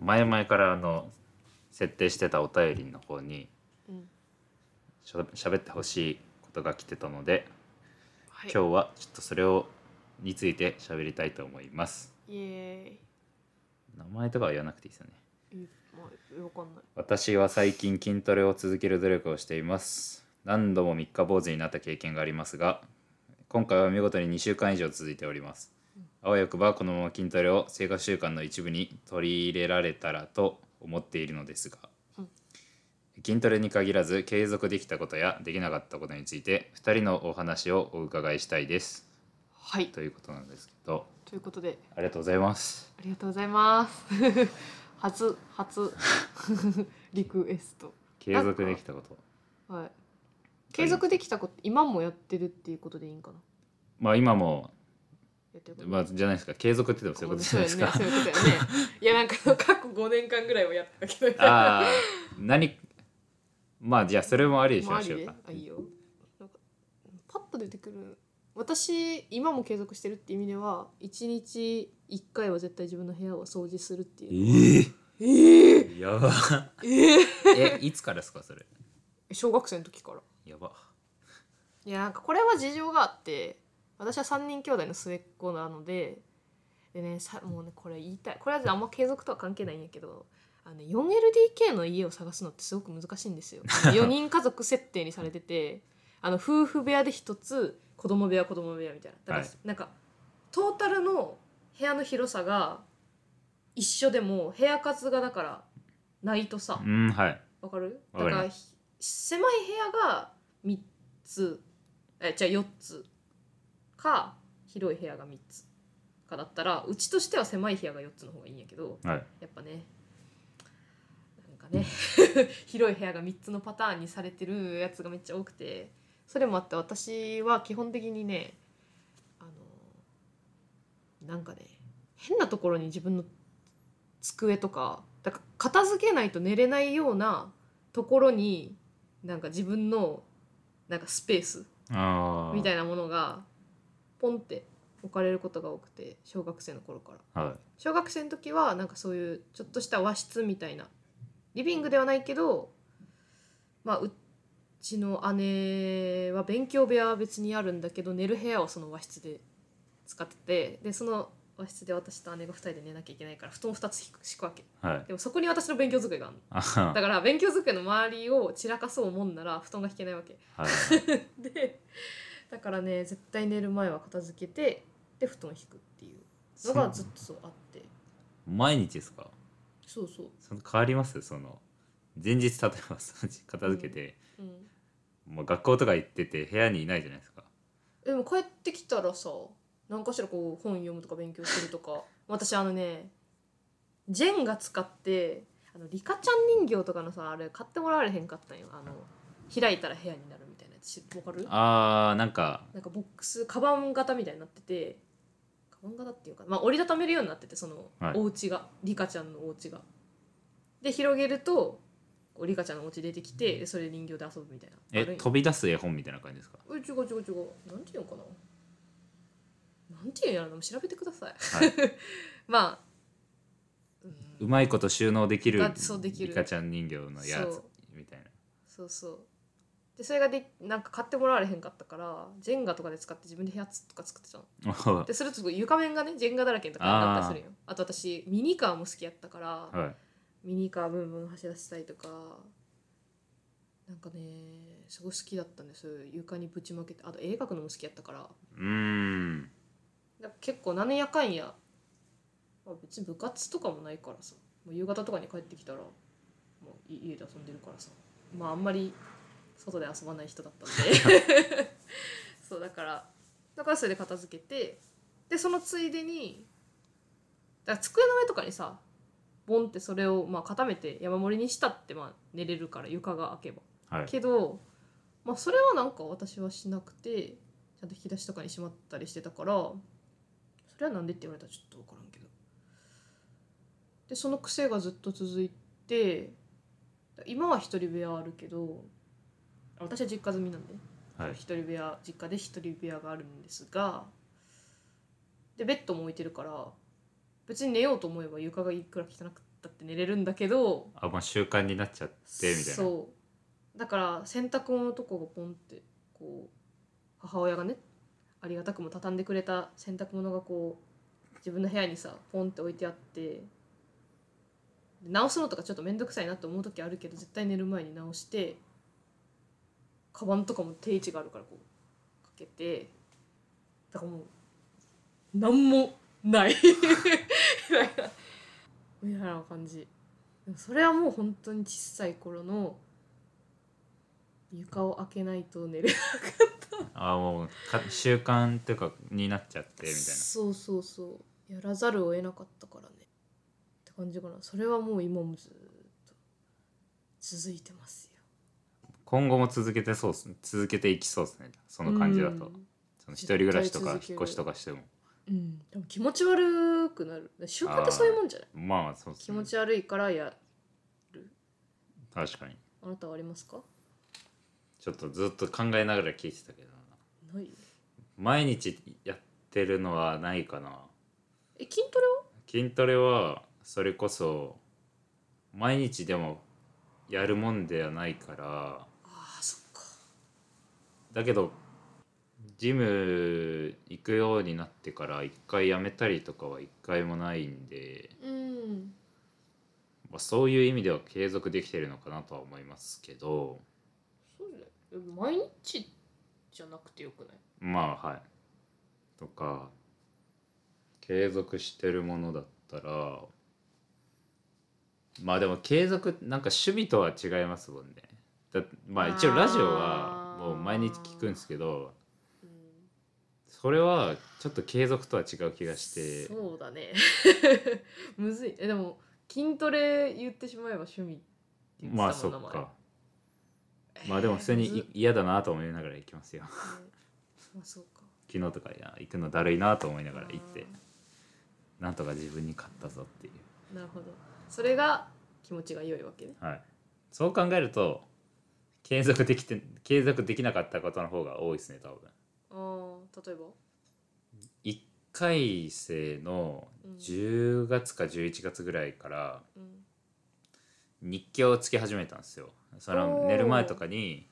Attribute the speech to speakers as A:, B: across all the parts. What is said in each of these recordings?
A: 前々からあの設定してたお便りの方に
B: うん
A: しゃ喋ってほしいことが来てたので、
B: はい、
A: 今日はちょっとそれをについて喋りたいと思います
B: イエ
A: 名前とかは言わなくていいですよね
B: ーイうんまあわかんない
A: 私は最近筋トレを続ける努力をしています何度も三日坊主になった経験がありますが今回は見事に2週間以上続いておりますあわよくばこのまま筋トレを生活習慣の一部に取り入れられたらと思っているのですが、
B: うん
A: 筋トレに限らず継続できたことやできなかったことについて2人のお話をお伺いしたいです
B: はい
A: ということなんですけど
B: ということで
A: ありがとうございます
B: ありがとうございます 初初 リクエスト
A: 継続できたこと
B: はい継続できたこと今もやってるっていうことでいいんかな
A: まあ今も
B: やってること
A: まあ、じゃないですか継続ってでもそういうことじゃないですか、
B: そうよねそういうことだよねいやなんか過去5年間ぐらいはやってたけどみたいな
A: ああ何まあじゃあそれもありにし
B: まあ
A: ま
B: あり
A: しょう
B: で
A: か
B: あいいよなんかパッと出てくる私今も継続してるって意味では1日1回は絶対自分の部屋を掃除するっていう
A: え
B: えー、
A: えやば
B: ええ
A: えいつからですかそれ
B: 小学生の時から
A: やば
B: いやなんかこれは事情があって私は3人兄弟の末っ子なのででねさもうねこれ言いたいこれはあんま継続とは関係ないんやけどあのね 4LDK の家を探すのってすごく難しいんです よ4人家族設定にされててあの夫婦部屋で一つ子供部屋子供部屋みたいなだか
A: は
B: ら、
A: い
B: なんかトータルの部屋の広さが一緒でも部屋数がだからないとさ、
A: うんはい
B: わかる
A: わかります
B: だからひ狭い部屋が3つえじゃあ4つか広い部屋が3つかだったらうちとしては狭い部屋が4つの方がいいんやけど
A: はい
B: やっぱねなんかね 広い部屋が3つのパターンにされてるやつがめっちゃ多くてそれもあって私は基本的にねあのなんかね変なところに自分の机とかだから片付けないと寝れないようなところになんか自分のなんかスペース
A: ああ
B: みた
A: い
B: いなものがポンって置かれることが多くて小学生の頃から。
A: なは
B: 小学生の時はなんかそういうちょっとした和室みたいなリビングではないけど、まあ、うちの姉は勉強部屋は別にあるんだけど寝る部屋をその和室で使っててでその和室で私と姉が2人で寝なきゃいけないから布団2つ敷く敷くわけ
A: い はい
B: でもそこに私の勉強机があるの
A: あは
B: だから勉強机の周りを散らかそうもんなら布団が引けないわけ
A: はい
B: でだからね絶対寝る前は片付けてで布団引くっていうのがずっとそうあって
A: 毎日ですか
B: そうそう
A: その変わりますその前日例えばその片付けて、
B: うん
A: もう学校とか行ってて部屋にいないじゃないですか
B: でも帰ってきたらさ何かしらこう本読むとか勉強するとか 私あのねジェンが使ってあのリカちゃん人形とかのさあれ買ってもらわれへんかったんよあの開いたら部屋になるみたいなやつしわかる
A: ああなんか
B: なんかボックスカバン型みたいになっててカバン型っていうか、まあ、折りたためるようになっててその
A: はい
B: お家が、リカちゃんのお家がで広げるとこうリカちゃんのお家出てきてでそれで人形で遊ぶみたいなあ
A: え
B: るんよ
A: 飛び出す絵本みたいな感じですか
B: え違う違う違うなんていうのかななんていうんやろなもう調べてください、
A: はい
B: まあ、う、
A: うんまいこと収納できる
B: がそうできる
A: リカちゃん人形のや
B: そ
A: つ
B: う
A: みたいな
B: そうそうでそれがでなんか買ってもらわれへんかったからジェンガとかで使って自分で部屋とか作ってたの
A: は
B: でするとすごい床面がねジェンガだらけのとかだったりするよあと私ミニカーも好きやったから、
A: い。
B: ミニカーブンブン走らせたりとかなんかねすごい好きだったんです床にぶちまけてあと絵描くのも好きやったから
A: うーん。
B: だから結構何やかんや、まあ、別に部活とかもないからさもう夕方とかに帰ってきたらもうい家で遊んでるからさまああんまり外で遊ばない人だったんでそうだからだからそれで片付けてでそのついでにだから机の上とかにさボンってそれをまあ固めて山盛りにしたってまあ寝れるから床が開けば。
A: はい。
B: けど、まあ、それはなんか私はしなくてちゃんと引き出しとかにしまったりしてたからそれはなんでって言われたらちょっと分からんけどでその癖がずっと続いて今は一人部屋あるけどあ私は実家住みなんで
A: はい。
B: 一人部屋実家で一人部屋があるんですがでベッドも置いてるから別に寝ようと思えば床がいくら汚くったって寝れるんだけど
A: あもう習慣になっちゃってみたいな
B: そうだから洗濯物のとこがポンってこう母親がねありがたくも畳んでくれた洗濯物がこう自分の部屋にさポンって置いてあってで直すのとかちょっと面倒くさいなと思う時あるけど絶対寝る前に直してカバンとかも定位置があるからこうかけてだからもう何もない みたいな感じでもそれはもう本当に小さい頃の床を開けないと寝れ
A: あもうか習慣というかになっちゃってみたいな
B: そうそうそうやらざるを得なかったからねって感じかなそれはもう今もずーっと続いてますよ
A: 今後も続けてそうっすね続けていきそうですねその感じだと、その一人暮らしとか
B: 絶対続け
A: 引
B: る
A: っ越しとかしても
B: うん、うんでも気持ち悪くなる習慣ってそういうもんじゃない
A: まあまあそうです
B: 気
A: ね
B: 持ち悪いからや
A: 確かに
B: あなたはありますか
A: ちょっとずっと考えながら聞いてたけどな
B: ない
A: 毎日やってるのはないかな
B: え筋トレは
A: 筋トレはそれこそ毎日でもやるもんではないから
B: あーそっか
A: だけどジム行くようになってから一回やめたりとかは一回もないんで、
B: うん
A: まあ、そういう意味では継続できてるのかなとは思いますけど
B: そうだよ毎日じゃなくてよくない
A: まあはいとか継続してるものだったらまあでも継続なんか趣味とは違いますもんねだまあ一応ラジオは
B: あー
A: もう毎日聞くんですけど
B: うん
A: それはちょっと継続とは違う気がして
B: そうだね むずいえでも筋トレ言ってしまえば趣味って言ってたもん
A: まあそっ
B: 名前
A: かまあでも普通に
B: えーむず
A: い嫌だなと思いながら行きますよ
B: まあそうか
A: 昨日とかいや行くのだるいなと思いながら行っ
B: あ
A: てなんとか自分に勝ったぞっていう
B: ーなるほどそれが気持ちが良いわけね
A: はい、そう考えると継続できて継続できなかったことの方が多いですね多分
B: あー例えば
A: 1回生の
B: うん
A: 10月か11月ぐらいから
B: うん
A: 日記をつけ始めたんですよその
B: おー
A: 寝る前とかに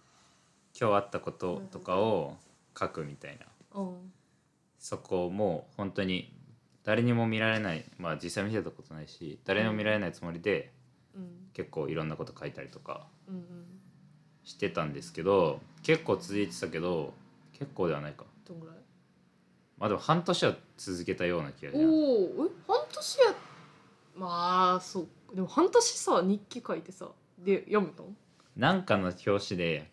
A: 今日あったこととかを書くみたいな
B: あー
A: そこをもう本当に誰にも見られないまあ実際見せたことないし誰にも見られないつもりで
B: うん
A: 結構いろんなこと書いたりとか
B: うんうん
A: してたんですけど結構続いてたけど結構ではないか
B: どんぐらい
A: まあでも半年は続けたような気がします
B: おおえ半年やまあそうでも半年さ日記書いてさで読むの
A: なんかの表紙で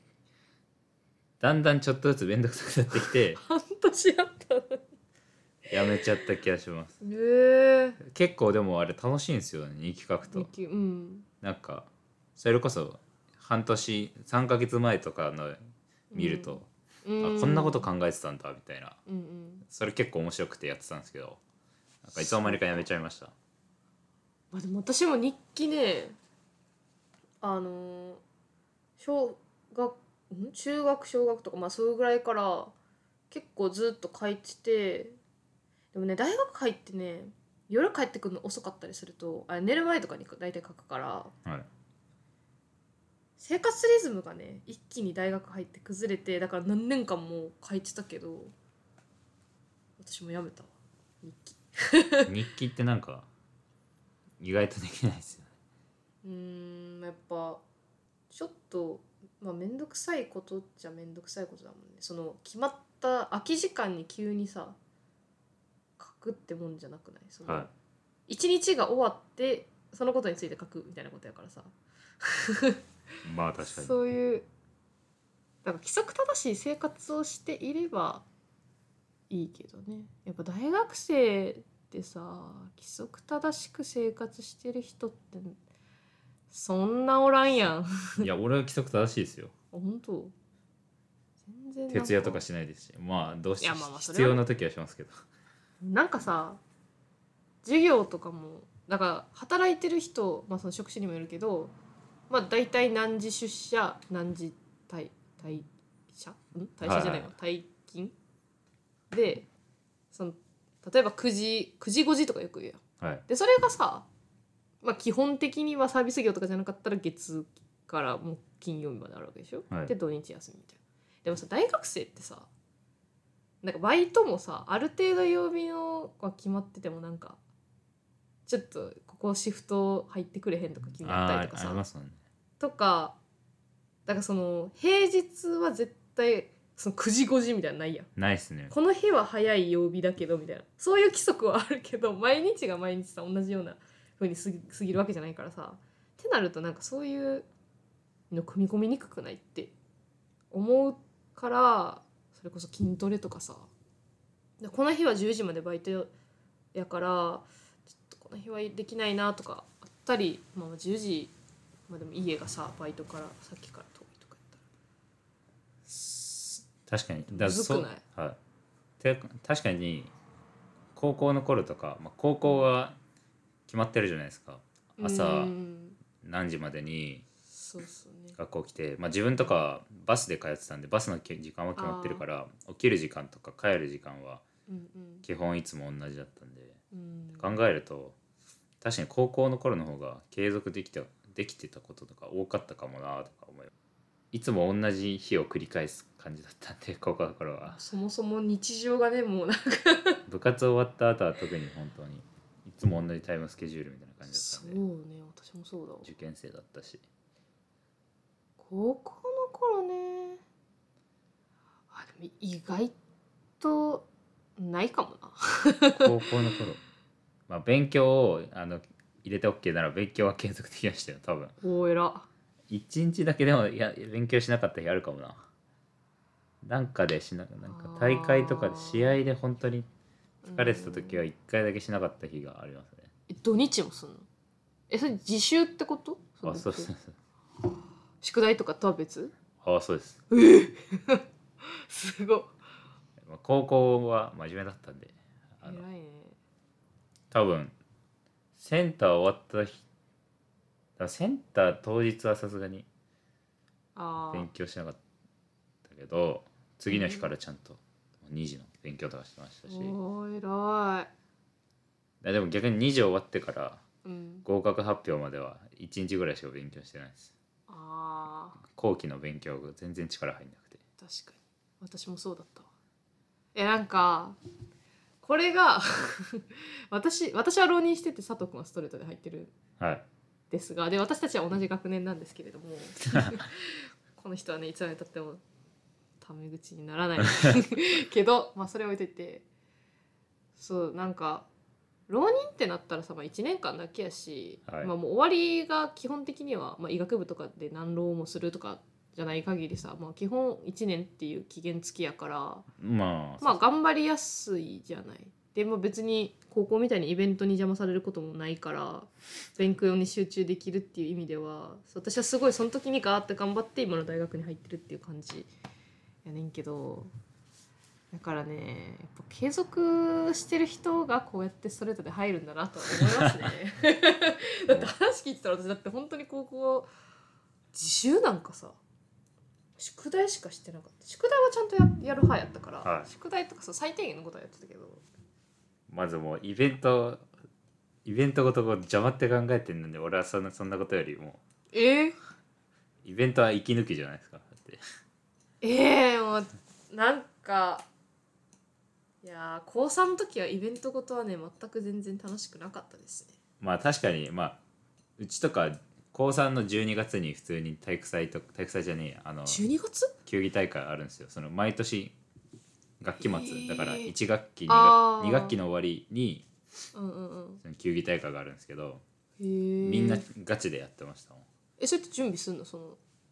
A: だんだんちょっとずつ面倒くさくなってきて
B: 半年やったの
A: やめちゃった気がします
B: にへえ
A: 結構でもあれ楽しいんですよね日記書く
B: 日
A: と
B: 記うん
A: なんかそれこそ半年3ヶ月前とかの見ると、あこんなこと考えてたんだみたいな
B: うんうん
A: それ結構面白くてやってたんですけどなんかいつの間にかやめちゃいました
B: まあ、でも私も日記ねあのー小学ん中学小学とかまあそれぐらいから結構ずっと書いててでもね大学入ってね夜帰ってくるの遅かったりするとあ寝る前とかに大体書くから
A: はい
B: 生活リズムがね一気に大学入って崩れてだから何年間も書いてたけど私もやめたわ日記
A: 日記ってなんか意外とできないですよね
B: うーんやっぱちょっとまあ面倒くさいことっちゃ面倒くさいことだもんねその決まった空き時間に急にさ書くってもんじゃなくないその、
A: は
B: 一日が終わってそのことについて書くみたいなことやからさ
A: いまあ確かに
B: そういうなんか規則正しい生活をしていればいいけどねやっぱ大学生ってさ規則正しく生活してる人ってそんなおらんやん
A: いや俺は規則正しいですよ
B: あ本当全然なん
A: 徹夜とかしないですしまあどうし
B: い
A: て
B: やまあまあそれ
A: 必
B: はね
A: 要な時はしますけど
B: なんかさ授業とかもなんか働いてる人、まあ、その職種にもよるけどまあ大体何時出社何時退退社ん退社じゃないの、退勤でその例えば9時9時5時とかよく言うやん
A: はい
B: でそれがさまあ基本的にはサービス業とかじゃなかったら月から木金曜日まであるわけでしょ、
A: はい
B: で土日休みみたいなでもさ大学生ってさなんかバイトもさある程度曜日のは決まっててもなんかちょっとここシフト入ってくれへんとか決まった
A: あ
B: り
A: ー
B: とか
A: あり
B: さ
A: ますもんね
B: とかだからその平日は絶対その9時5時みたいなのないやん
A: ないっすね
B: この日は早い曜日だけどみたいなそういう規則はあるけど毎日が毎日さ同じような風に過ぎ過ぎるわけじゃないからさってなるとなんかそういうの組み込みにくくないって思うからそれこそ筋トレとかさでこの日は10時までバイトやからちょっとこの日はできないなとかあったり、まあ、10時まあでも家がさバイトからさっきから遠いとか
A: 確かにだ
B: むずく
A: そう
B: ない
A: はいて確かに高校の頃とか、まあ、高校は決まってるじゃないですか
B: 言ったら
A: 朝
B: うん
A: 何時までに
B: そうそうね
A: 学校来て、まあ、自分とかバスで通ってたんでバスの時間は決まってるから起きる時間とか帰る時間は
B: うんうん
A: 基本いつも同じだったんで
B: うん
A: 考えると確かに高校の頃の方が継続できたできてたこととか多かったかもなとか思いいつも同じ日を繰り返す感じだったんで高校の頃は
B: そもそも日常がねもうなんか
A: 部活終わった後は特に本当にいつも同じタイムスケジュールみたいな感じだ
B: そ
A: った
B: うん
A: で
B: ね私もそうだわ
A: 受験生だったし
B: 高校の頃ねあでも意外とないかもな
A: 高校の頃まあ勉強をあの入れて OK なら勉強は継続できましたよ多分
B: 大偉
A: 一日だけでもいや勉強しなかった日あるかもななんかでしななんか大会とか
B: あ
A: で
B: ー
A: 試合で本当に疲れてた時は
B: うん
A: 一回だけしなかった日がありますね
B: え土日もすんのえそれ自習ってこと
A: あそうそう
B: の
A: そう
B: 宿題とかとは別
A: あそうです、
B: ええすごい
A: まあ、高校は真面目だったんであの
B: 偉いね
A: 多分センター終わった日あセンター当日はさすがに
B: あ
A: 勉強しなかったけど次の日からちゃんと2時の勉強とかしてましたし
B: あお偉い
A: あでも逆に2時終わってから
B: うん
A: 合格発表までは1日ぐらいしか勉強してないです
B: ああ
A: 後期の勉強が全然力入んなくて
B: 確かに私もそうだったわいやなんかこれが 私私は浪人してて佐藤君はストレートで入ってるん
A: はい
B: ですがで私たちは同じ学年なんですけ れどもこの人はねいつまでたってもタメ口にならない けどまあそれは置いといてそうなんか浪人ってなったらさ、まあ、1年間だけやし、
A: はい
B: まあ、もう終わりが基本的には、まあ、医学部とかで何浪もするとかじゃない限りさ、まあ、基本1年っていう期限付きやから、
A: まあ、
B: まあ頑張りやすいじゃない。でも別に高校みたいにイベントに邪魔されることもないから勉強に集中できるっていう意味では私はすごいその時にガーって頑張って今の大学に入ってるっていう感じやねんけどだからねやっぱ継続してる人がこうやってストレートで入るんだなとは思い ますね。だって話聞いてたら私だって本当に高校自習なんかさ宿題しかしてなかった宿題はちゃんとややる派やったから、
A: はい
B: 宿題とかさ最低限のことはやってたけど
A: まずもうイベントイベントごとこう邪魔って考えてるので俺はそんなそんなことよりも
B: えー、
A: イベントは息抜きじゃないですかだって
B: ええもうなんかいやー高3の時はイベントごとはね全く全然楽しくなかったですね
A: まあ確かにまあうちとか高3の12月に普通に体育祭と体育祭じゃねえやあの
B: 12月
A: 球技大会あるんですよその毎年学期
B: へ
A: 末
B: え
A: だから1学期2
B: あ
A: 学
B: ー
A: 二学期の終わりに
B: うんうんうん
A: その球技大会があるんですけど
B: へえ
A: みんなガチでやってましたもん
B: えそれって準備すんのその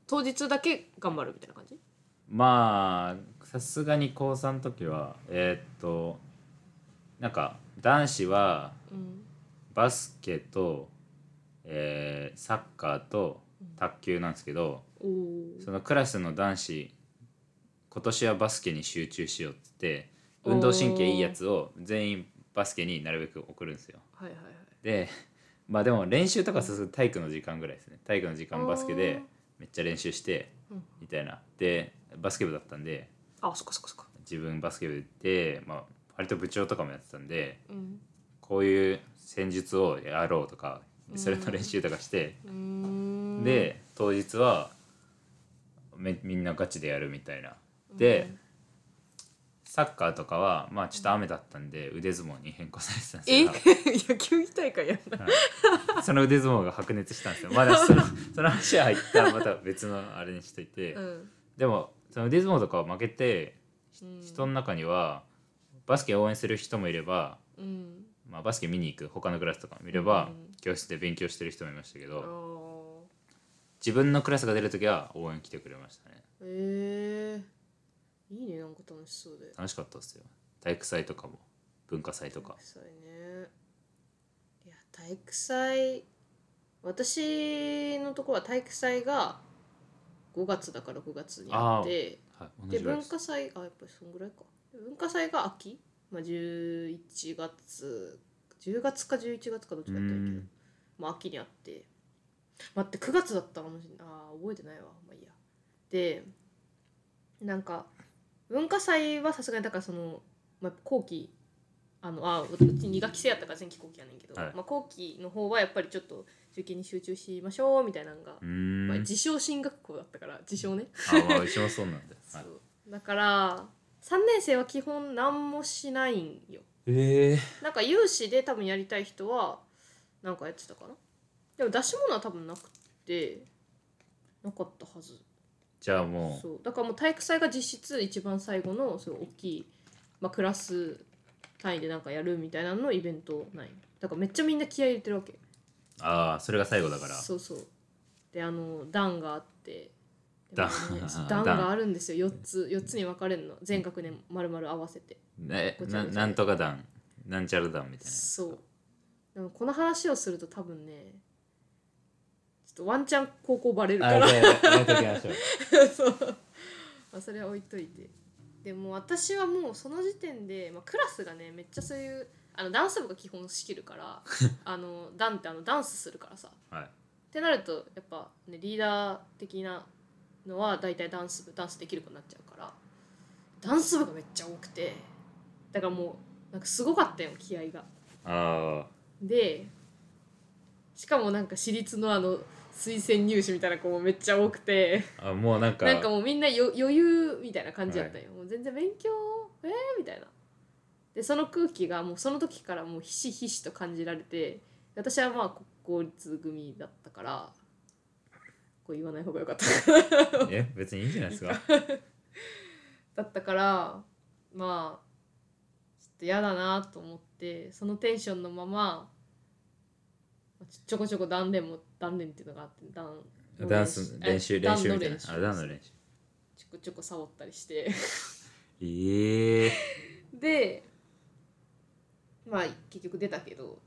B: 当日だけ頑張るみたいな感じ
A: まあさすがに高3の時はえーっとなんか男子は
B: うん
A: バスケと、えーサッカーと卓球なんですけど、
B: おお
A: そのクラスの男子今年はバスケに集中しようって言って
B: おー
A: 運動神経いいやつを全員バスケになるべく送るんですよ
B: はいはいはい
A: でまあでも練習とかさする体育の時間ぐらいですね体育の時間バスケ
B: あ
A: で
B: ー
A: めっちゃ練習して
B: うん
A: みたいなでバスケ部だったんで
B: あそっかそっかそっか
A: 自分バスケ部で、まあ、割と部長とかもやってたんで
B: うん
A: こういう戦術をやろうとかでそれの練習とかして、
B: うーん
A: で当日はめみんなガチでやるみたいなでサッカーとかはまあちょっと雨だったんで腕相撲に変更されてたん
B: え
A: です
B: 野球みたいかやんな
A: が その腕相撲が白熱したんですよまだ そのその話は一旦また別のあれにしといて、
B: うん
A: でもその腕相撲とかは負けて
B: うん
A: 人の中にはバスケ応援する人もいれば、
B: うん
A: まあ、バスケ見に行く他のクラスとか見れば、
B: うん
A: 教室で勉強してる人もいましたけ
B: あ
A: ど、
B: ー
A: 自分のクラスが出る時は応援来てくれましたね
B: えー、いいねなんか楽しそうで
A: 楽しかったですよ体育祭とかも文化祭とか
B: 体育祭ねいや体育祭私のところは体育祭が5月だから6月にあって
A: はい同
B: で
A: じぐらい
B: 文
A: です
B: 化祭あやっぱりそんぐらいか文化祭が秋、まあ、11月10月か11月かどっちかだった
A: う
B: んやけど
A: ん、
B: まあ、秋にあって待って9月だったかもしれないあー覚えてないわまあいいやでなんか文化祭はさすがにだからその、まあ、後期あのあうち2学期制やったから前期後期やねんけど、
A: はい
B: まあ、後期の方はやっぱりちょっと受験に集中しましょうみたいなのが、
A: うーん、
B: まあ、
A: あ、
B: 自称進学校だったから自称ね
A: まあうちもそうなんで、
B: そ
A: は
B: う
A: い、
B: だから3年生は基本何もしないんよ
A: ええ
B: なんか有志で多分やりたい人はなんかやってたかなでも出し物は多分なくてなかったはず
A: じゃあもう
B: そうだからもう体育祭が実質一番最後のそういう大きい、まあ、クラス単位でなんかやるみたいなののイベントないだからめっちゃみんな気合い入れてるわけ
A: ああそれが最後だから
B: そうそうであの段があって
A: 段
B: でもね
A: 段
B: 段があるんですよ4つ四つに分かれるの全学年丸々合わせて
A: ね
B: ごちゃ
A: な
B: ごちゃ
A: なんとか団なんちゃら団みたいな
B: そうでもこの話をすると多分ねちょっとワンチャン高校バレるか
A: あ
B: ら
A: じゃあやめときましょう
B: そう、まあ、それは置いといてでも私はもうその時点で、まあ、クラスがねめっちゃそういうあのダンス部が基本仕切るか らあのダンってあのダンスするからさ
A: はい
B: ってなるとやっぱ、ね、リーダー的なのは大体ダンス部ダンスできる子になっちゃうからダンス部がめっちゃ多くてだからもうなんかすごかったよ気合が。
A: あ
B: でしかもなんか私立のあの推薦入試みたいな子もめっちゃ多くて
A: ーあもうなんか
B: なんかもうみんなよ余裕みたいな感じだったんよ、もう全然勉強えー、みたいなでその空気がもうその時からもうひしひしと感じられて私はまあ国公立組だったからこう言わない方がよかった
A: え別にいいんじゃないですか
B: だったからまあちょっと嫌だなと思ってそのテンションのままちょちょこちょこ断練も断練っていうのがあって断
A: ダンス練習
B: え
A: 練習みたいな
B: 段
A: あ
B: の
A: ダ
B: 練
A: ン
B: 習
A: の練習
B: ちょこちょこサボったりして
A: ええ
B: でまあ結局出たけど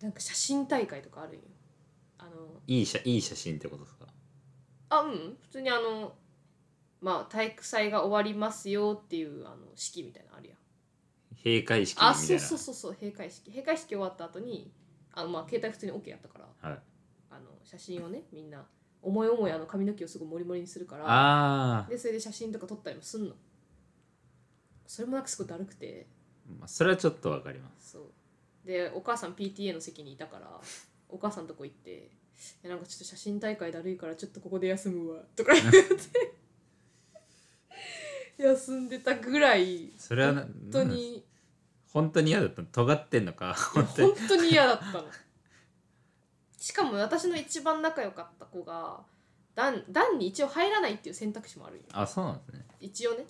B: なんか写真大会とかあるんよあの
A: いい写いい写真ってことですか
B: あうん普通にあのまあ体育祭が終わりますよっていうあの式みたいなのあるやん
A: 閉会式みたいな
B: あそうそうそうそう閉会式閉会式終わった後にあのまあ携帯普通に OK やったから
A: はい
B: あの写真をねみんな思い思いあの髪の毛をすごいモリモリにするから
A: あー
B: でそれで写真とか撮ったりもすんのそれもなんかすごいだるくて
A: まあそれはちょっとわかります
B: そうでお母さん PTA の席にいたから お母さんとこ行っていやなんかちょっと写真大会だるいからちょっとここで休むわとか言って 休んでたぐらい
A: それはな
B: 本当に
A: 本当に嫌だったの尖ってんのか本当に
B: 本当に嫌だったのしかも私の一番仲良かった子が段段に一応入らないっていう選択肢もあるんよ
A: あそうなんですね
B: 一応ね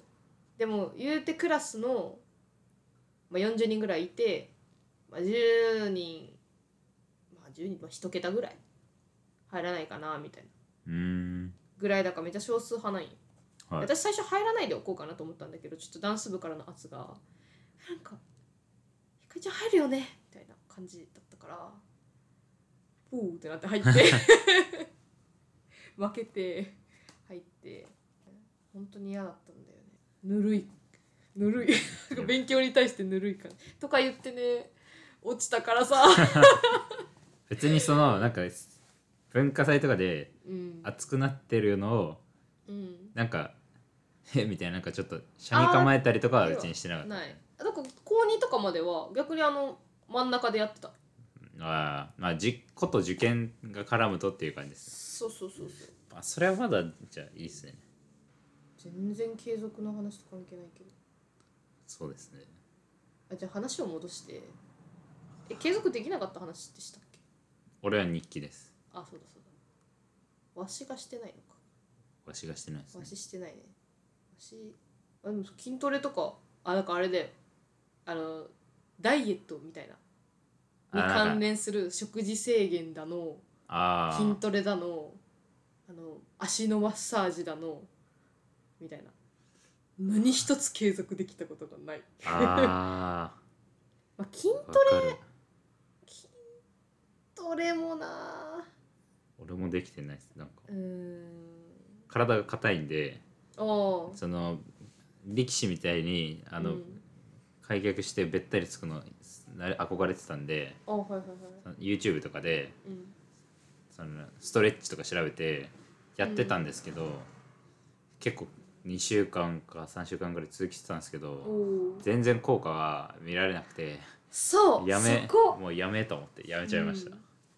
B: でも言うてクラスの、まあ、40人ぐらいいて、まあ、10人まあ10人、まあ、1桁ぐらい入らないかなみたいな
A: うーん
B: ぐらいだからめっちゃ少数派なんよ、
A: はい
B: 私最初入らないでおこうかなと思ったんだけどちょっとダンス部からの圧がなんか「ひかりちゃん入るよね」みたいな感じだったからブーってなって入って負けて入って本当に嫌だったんだよねぬるいぬるい勉強に対してぬるい感じとか言ってね落ちたからさ、
A: 別にそのなんか文化祭とかで
B: うん
A: 熱くなってるのを
B: うん、
A: なんか 「えみたいななんかちょっと車に構えたりとかは別にしてなかった
B: ないだから高2とかまでは逆にあの真ん中でやってた
A: あああまあじこと受験が絡むとっていう感じです、
B: そうそうそうそう
A: まあ、それはまだじゃあいいですね
B: 全然継続の話と関係ないけど
A: そうですね
B: あじゃあ話を戻してえ継続できなかった話ってしたっけ
A: 俺は日記です
B: あそうだそうだわしがしてないのか
A: わしがしてないです
B: わ
A: ね
B: ししてないね。わし、あでも筋トレとか、あ、なんかあれだよ。あの、ダイエットみたいな。
A: あ
B: に
A: なん
B: 関
A: か
B: 連する食事制限だの、
A: あ
B: 筋トレだの、あの、足のマッサージだの、みたいな。何一つ継続できたことがない。
A: ああ
B: まあ、筋
A: あわかる
B: トレもな
A: 俺もできてないですなんか
B: うーん。
A: 体が硬いんで
B: ああ。
A: その力士みたいにあの、
B: うん
A: 開脚してべったりつくのなれ憧れてたんで
B: あはいはいはい。
A: その YouTube とかで
B: うん。
A: そのストレッチとか調べてやってたんですけど、結構2週間か3週間ぐらい続きしてたんですけ
B: お
A: ど
B: お。
A: 全然効果が見られなくて
B: そう
A: やめ
B: そこ
A: もうやめと思ってやめちゃいまし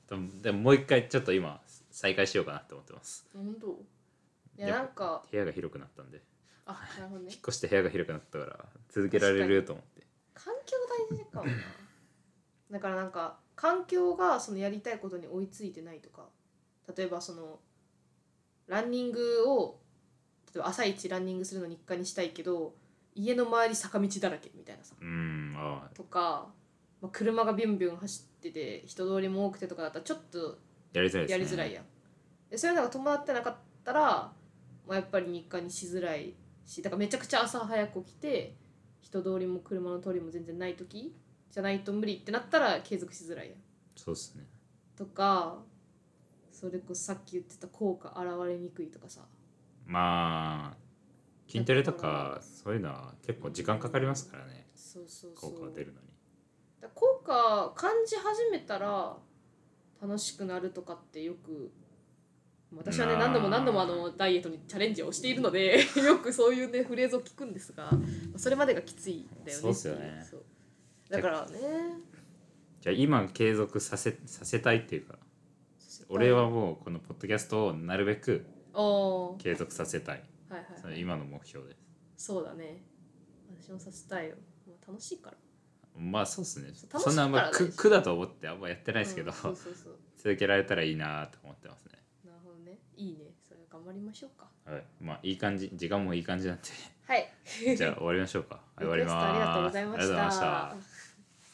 A: た
B: うん、
A: でもでももう一回ちょっと今再開しようかなって思ってます
B: 本当いや
A: やっぱ
B: なんか
A: 部屋が広くなったんで
B: あなるほどね
A: 引っ越して部屋が広くなったから続けられると思って
B: 環境大事かもなだからなんか環境がそのやりたいことに追いついてないとか例えばそのランニングを例えば朝一ランニングするの日課にしたいけど家の周り坂道だらけみたいなさ
A: うんああ
B: とか、まあ、車がビュンビュン走ってて人通りも多くてとかだったらちょっと
A: やりづらいです
B: や
A: ね
B: りづらいやん。でそういうのが伴ってなかったら、まあ、やっぱり日課にしづらいしだからめちゃくちゃ朝早く起きて人通りも車の通りも全然ない時じゃないと無理ってなったら継続しづらいやん。
A: そうですね
B: とかそれこそさっき言ってた効果現れにくいとかさ
A: まあ筋トレとかそういうのは結構時間かかりますからね
B: そうそうそ
A: 効
B: う
A: 果が出るのに
B: だから効果感じ始めたら楽しくなるとかってよく私はね
A: なあ
B: 何度も何度もあのダイエットにチャレンジをしているので よくそういうねフレーズを聞くんですがそれまでがきついんだよね
A: そうっす
B: てい
A: よね
B: そうだからね
A: じゃあ今継続させさせたいっていうか俺はもうこのポッドキャストをなるべく
B: ああは
A: 継続させたい
B: いはい
A: それ今の目標です
B: そうだね私もさせたいよもう楽しいから
A: まあそうですね
B: そう楽しい
A: そんなあんま
B: から大
A: 苦
B: 事
A: 苦だと思ってあんまやってないですけど、
B: うんそうそうそう
A: 続けられたらいいなと思ってますね
B: なるほどねいいねそれ頑張りましょうか
A: はいまあいい感じ 時間もいい感じなんで
B: はい
A: じゃあ終わりましょうか、はい、終わります
B: リクエストありがとうございました
A: ありがとうございました